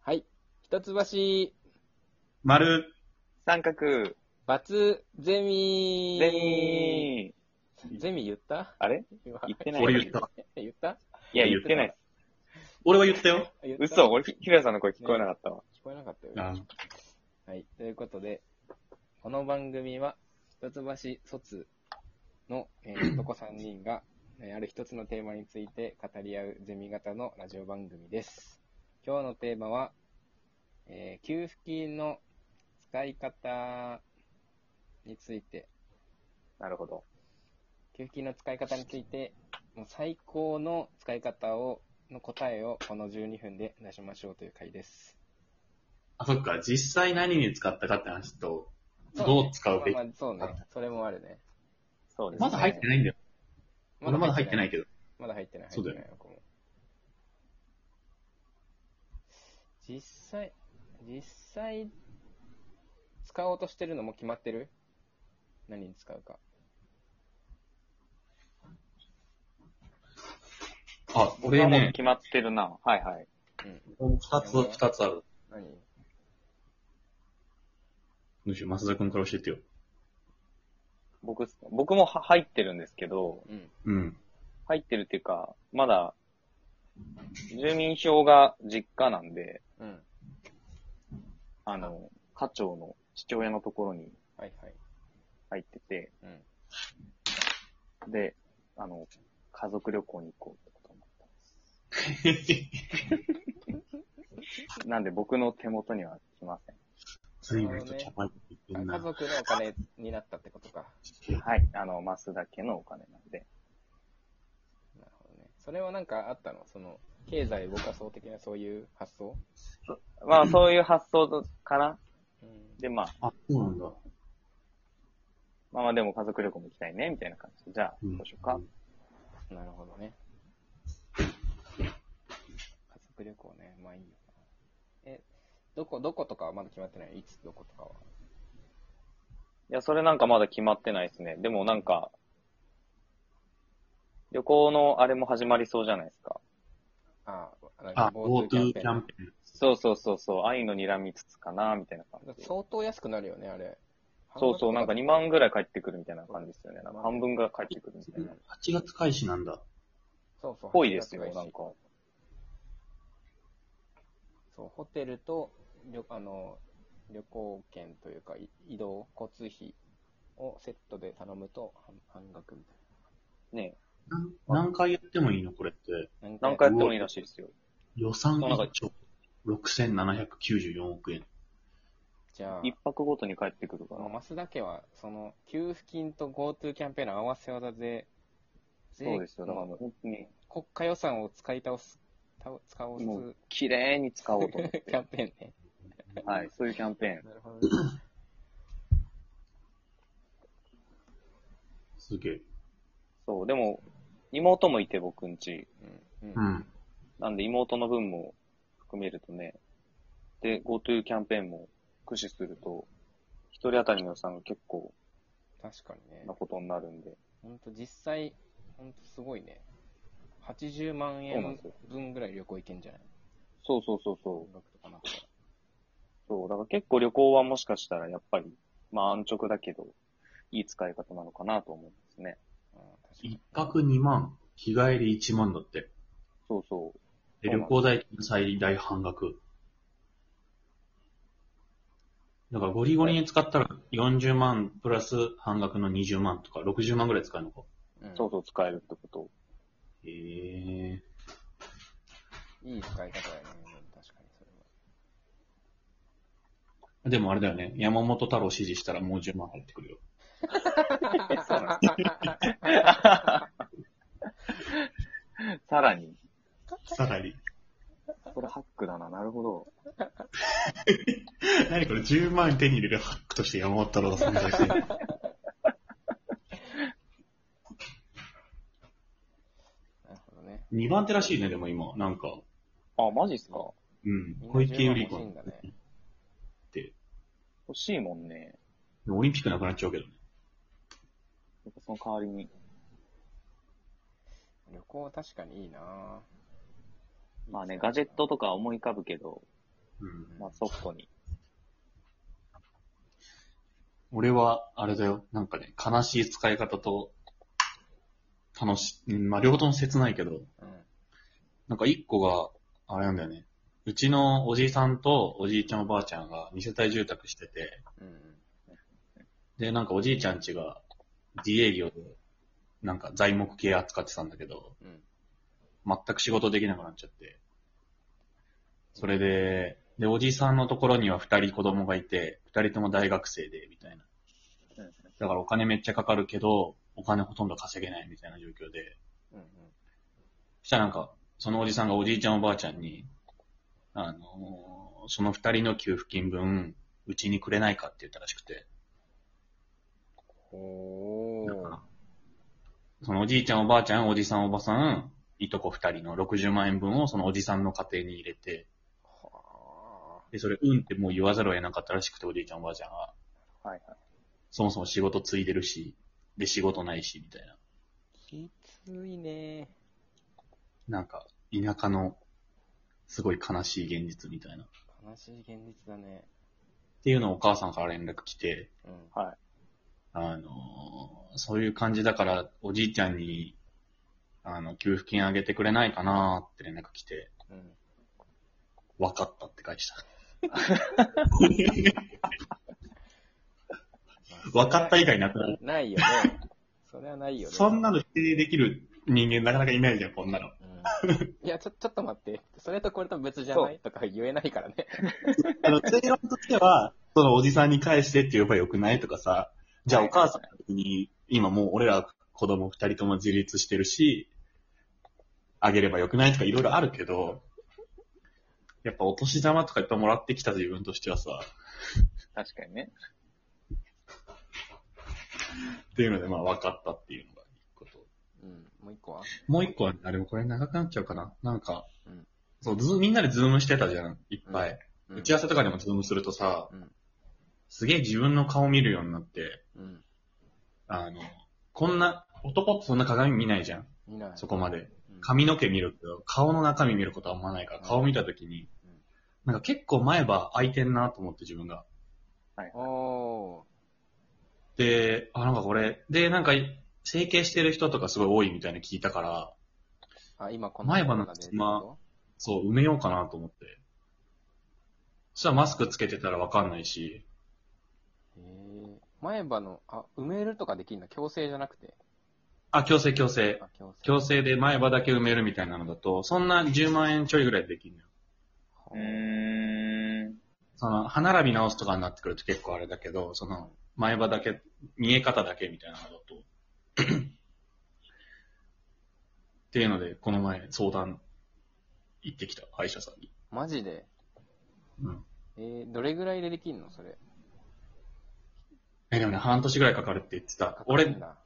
はい。一橋、丸。三角、バツ、ゼミ。ゼミーゼミ言ったあれ言言ってない。俺言った。 言ったいや、言ってない。俺は言ったよ。言った嘘、聞俺、ひらさんの声聞こえなかったわ。こえなかったよ。あはい。ということで、この番組は、一橋卒の、えー男3人が、 えーある一つのテーマについて語り合うゼミ型のラジオ番組です。今日のテーマは、えー給付金の使い方について、なるほど。給付金の使い方について、もう最高の使い方を、の答えをこの12分で出しましょうという回です。あ、そっか。実際何に使ったかって話と、そねどう使うべきまあまあそうね。それもあるね。そうですね。まだ入ってないんだよ。俺まだ入ってなど。いけど。まだ入ってない。そうだよ入ってない僕も実際、実際、使おうとしてるのも決まってる何に使うか。あ、俺俺はもうね、決まってるな。はいはい。うん。二つ、二つある。何むしろ、増田君から教えてよ。僕、僕もは入ってるんですけど、うん。 うん。入ってるっていうか、まだ、住民票が実家なんで、うん。あの、課長の父親のところにはいはい。入ってて、うん。で、あの、家族旅行に行こうってことになったんです。なんで僕の手元には来ません。随分とキャパにいってあん家な。族のお金になったってことか。はい。あの、マスだけのお金なんで。なるほどね。それはなんかあったのその、経済動かそう的なそういう発想まあ、そういう発想かな。うん。で、まあ、あ、そうなんだ。まあまあでも家族旅行も行きたいね、みたいな感じで。じゃあ、うんどうしようか。なるほどね。家族旅行ね、まあいいよな。え、どこ、どことかはまだ決まってないいつどことかは。いや、それなんかまだ決まってないですね。でもなんか、旅行のあれも始まりそうじゃないですか。ああ、なんあ、か GoTo キャンペーンン。。そうそうそうそう、愛の睨みつつかな、みたいな感じで。相当安くなるよね、あれ。そうそう、なんか2万ぐらい返ってくるみたいな感じですよね。そうなんか半分ぐらい返ってくるみたいな。っ8月開始なんだ。そうそう。ぽいですよ、半額なだんしか。そう、ホテルと旅あの旅行券というか、い移動、交通費をセットで頼むと半半額みたいねなん何回やってもいいのこれって。な。なんか何回やってもいいらしいですよ。予算そうなんか1兆6794億円。じゃあ、一泊ごとに帰ってくるかこのら。増田家は、その、給付金と GoTo キャンペーンの合わせ技で、税そうですよ、だからもう本当に、国家予算を使い倒す、た使おうもうす綺麗に使おうと思 っキャ て。ンペーンね。はい、そういうキャンペーン。なるほど、ね。すげえ。そう、でも、妹もいて僕んち。うん。う。うんん。なんで妹の分も含めるとね、で、GoTo キャンペーンも駆使すると、一人当たりの予算が結構確かにね。なことになるんで、ほんと実際、ほんとすごいね。80万そうなん円ですよ分ぐらい旅行行けんじゃないそうそうそうそ音う。楽とかなったら。そう、だから結構旅行はもしかしたらやっぱり、まあ安直だけど、いい使い方なのかなと思うんですね。うん、確か一に。泊2万、日帰り1万だって。そうそう。で、そうなん旅行代金最大半額。だからゴリゴリに使ったら40万プラス半額の20万とか60万ぐらい使うのか。うんそうそう使えるってこと。へえ。いい使い方だよね。うん確かにそれは。でもあれだよね。山本太郎支持したらもう10万入ってくるよ。 さらに、さらに。これハックだな、なるほど。何これ10万手に入れるハックとして山本太郎が存在 してる。なるほどね。 2番手らしいね、でも今。なんか。あ、マジっすかうん。みんな小池10万欲し百合子い。んだね。欲しいもんね。オリンピックなくなっちゃうけどね。やっぱその代わりに。旅行確かにいいなぁまあね、ガジェッ。トとか思い浮かぶけど、うん。まあ、ソフトに。俺は、あれだよ。なんかね、悲しい使い方と、楽し、うんまあ、両方とも切ないけど、なんか一個が、あれなんだよね。うちのおじいさんとおじいちゃんおばあちゃんが二世帯住宅してて、うん。うん。で、なんかおじいちゃん家が自営業で、なんか材木系扱ってたんだけど、うん。全く仕事できなくなっちゃって。それで、で、おじさんのところには二人子供がいて、二人とも大学生で、みたいな。うんだからお金めっちゃかかるけど、お金ほとんど稼げないみたいな状況で。うん。そしたらなんか、そのおじさんがおじいちゃんおばあちゃんに、あのーその二人の給付金分、うちにくれないかって言ったらしくて。ほなんーか。そのおじいちゃんおばあちゃん、おじさんおばさん、いとこ二人の60万円分をそのおじさんの家庭に入れて、はで、それ、うんってもう言わざるを得なかったらしくて、おじいちゃんおばあちゃんは。はいはい。そもそも仕事継いでるし、で、仕事ないし、みたいな。ーきついねなんか、田舎の、すごい悲しい現実みたいな。っ悲しい現実だね。ていうのをお母さんから連絡来て、うん。あのーそういう感じだから、おじいちゃんに、あの、給付金あげてくれないかなって連絡来て、うん。分かったって返した。 分かった以外なくなる。ないよね。 それはないよね。そんなの否定できる人間なかなかいないじゃん、こんなうの。んいや、ちょ、ちょっと待って。それとこれと別じゃないとか言えないからね。あの、正論としては、そのおじさんに返してって言えばよくないとかさ、じゃあお母さんに、今もう俺ら子供二人とも自立してるし、あげればよくないとかいろいろあるけど、やっぱお年玉とかいっぱいもらってきた自分としてはさ、確かにね。っていうのでまあ分かったっていうのが一個と。うん。もう一個はもう一個は、あれもこれ長くなっちゃうかな。なんか、うんそう、ズーみんなでズームしてたじゃん、いっぱい。打ち合わせ。せとかでもズームするとさ、うんすげえ自分の顔見るようになって、うん。あの、こんな、男ってそんな鏡見ないじゃん。見ない。そこまで。うん。髪の毛見るけど、顔の中身見ることはあんまないから、うん顔見たときにうん、なんか結構前歯開いてんなと思って自分が。おで、あ、なんかこれ、で、なんか、整形してる人とかすごい多いみたいな聞いたから、ー。あ、今この前歯の中で隙間そう、埋めようかなと思って。そしたらマスクつけてたらわかんないえし、ー前歯の、あ、埋めるとかできるの強制じゃなくて。あ、強制強制。あ、強制。強制で前歯だけ埋めるみたいなのだと、そんな10万円ちょいぐらいでできるのよ。はうあーん。その、歯並び直すとかになってくると結構あれだけど、その、前歯だけ、見え方だけみたいなのだと。 っていうので、この前相談行ってきた、歯医者さんに。マジでうん。えー、どれぐらいでできんのそれ。え、でもね、半年ぐらいかかるって言ってた。俺、うんうだ。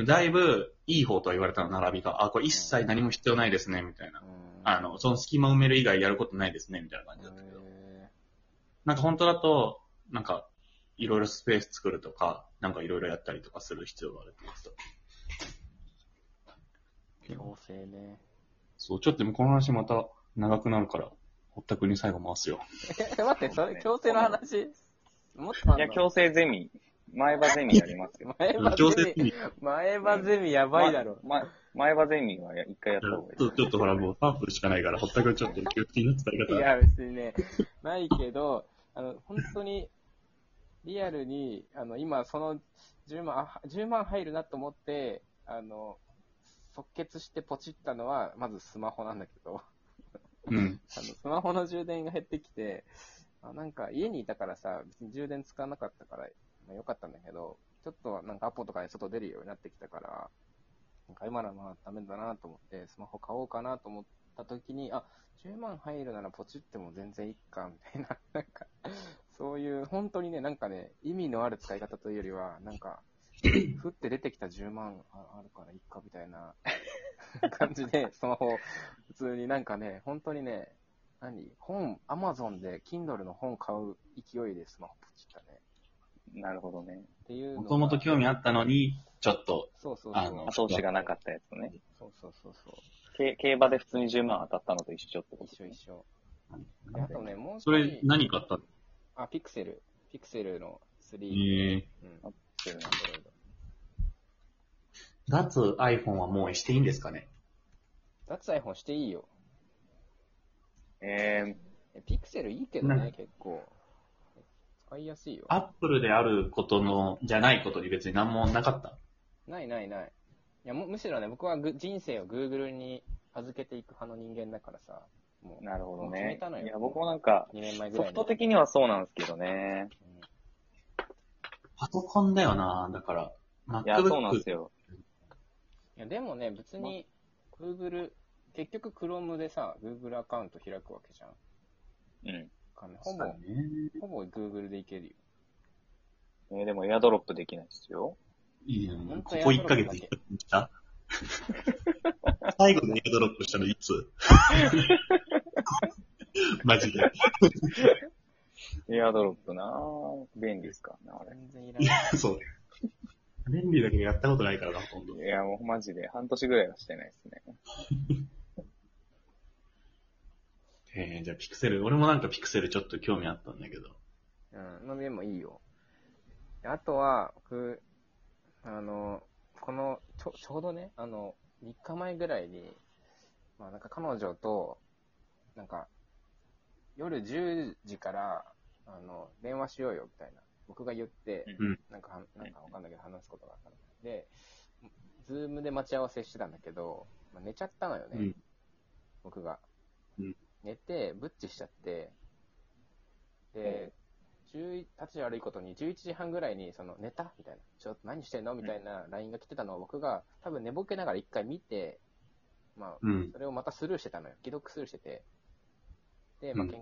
んだいぶいい方とは言われたの、並びが。あ、これ一切何も必要ないですね、みたいなう。ん。あの、その隙間埋める以外やることないですね、みたいな感じだったけど。えなんか本当だと、なんか、いろいろスペース作るとか、なんかいろいろやったりとかする必要があるって言ってた。ー、強制ね。そう、ちょっとでもこの話また長くなるから、ほったくに最後回 すよ。え、待って、それ、強制の話もっとあんのいや、強制ゼミ、前歯ゼミやりま すよ。前歯強ゼ制ミ、前歯ゼミやばいだろ。ま。前前歯ゼミはや一回やった方がいい。ちょっとほら、もう3分しかないから、ほったくにちょっと給付金の使いい方。や、別にね、ないけど、あの、本当に、リアルに、あの、今、その10万、あ10万入るなと思って、あの、即決してポチったのは、まずスマホなんだけど、うん。あの、スマホの充電が減ってきて、あなんか家にいたからさ、別に充電使わなかったから、まあ、よかったんだけど、ちょっとなんかアポとかで外出るようになってきたから、なんか今ならまあダメだなと思って、スマホ買おうかなと思った時に、あ、10万入るならポチっても全然いっか、みたいな、なんか、そういう、本当にね、なんかね、意味のある使い方というよりは、なんか、ふって出てきた10万ああるからいっか、みたいな感じで、スマホを普通になんかね、本当にね、何本、アマゾンで Kindle の本買う勢いでスマホポチったね。なるほどね。っていうのが。もともと興味あったのに、ちょっと、そうそうあそうの。後押しがなかったやつね。そうそうそうそう。け競馬で普通に10万当たったのと一緒ってこと一緒一緒。であとね、もうそれ一人、何買ったのあ、ピクセル。ピクセルの3。ええうん、アあっッてるな。プロイドー、脱 iPhone はもうしていいんですかね脱 iPhone していいよ。ええピクセルいいけどなんねか、結構。使いやすいよ。 ?Apple であることの、じゃないことに別に何もなかった。ないないない。いやむむしろね、僕はぐ人生を Google に預けていく派の人間だからさ、もー、なるほどもう決めねたの。よいや、僕もなんか、う2年前ぐソらいフにト的にはそうなんですけどね。うんパソコンだよなだから。いや、そうなんで MacBook すよ。いや、でもね、別に Google、結局 Chrome でさ、Google アカウント開くわけじゃん。うん。ほぼ、ね。ほぼ Google でいけるよ。えーでも、エアドロップできないですよ。いいね本。当こにこ1ヶ月 AirDrop だ行け った。最後のエアドロップしたのいつ マジで。エアドロップなぁ。便利ですからね、あれ。全然いらない。そう。便利だけどやったことないからな、ほとんど。いや、もうマジで半年ぐらいはしてないですね。えー、じゃあピクセル、俺もなんかピクセルちょっと興味あったんだけど。うん、まあでもいいよ。あとは、僕、あの、この、ちょ、ちょうどね、あの、3日前ぐらいに、まあなんか彼女と、なんか、夜10時から、あの、電話しようよ、みたいな。僕が言って、うんなんかは、なんかわかんないけど話すことがあったの。で、ズームで待ち合わせしてたんだけど、まあ、寝ちゃったのよね、うん僕が。うん寝て、ブッチしちゃって、で、11立ち悪いことに11時半ぐらいに、その、寝たみたいな。ちょっと何してんのみたいな LINE が来てたのを僕が、多分寝ぼけながら一回見て、まあ、うん。それをまたスルーしてたのよ。既読スルーしてて。で、まあ、うん喧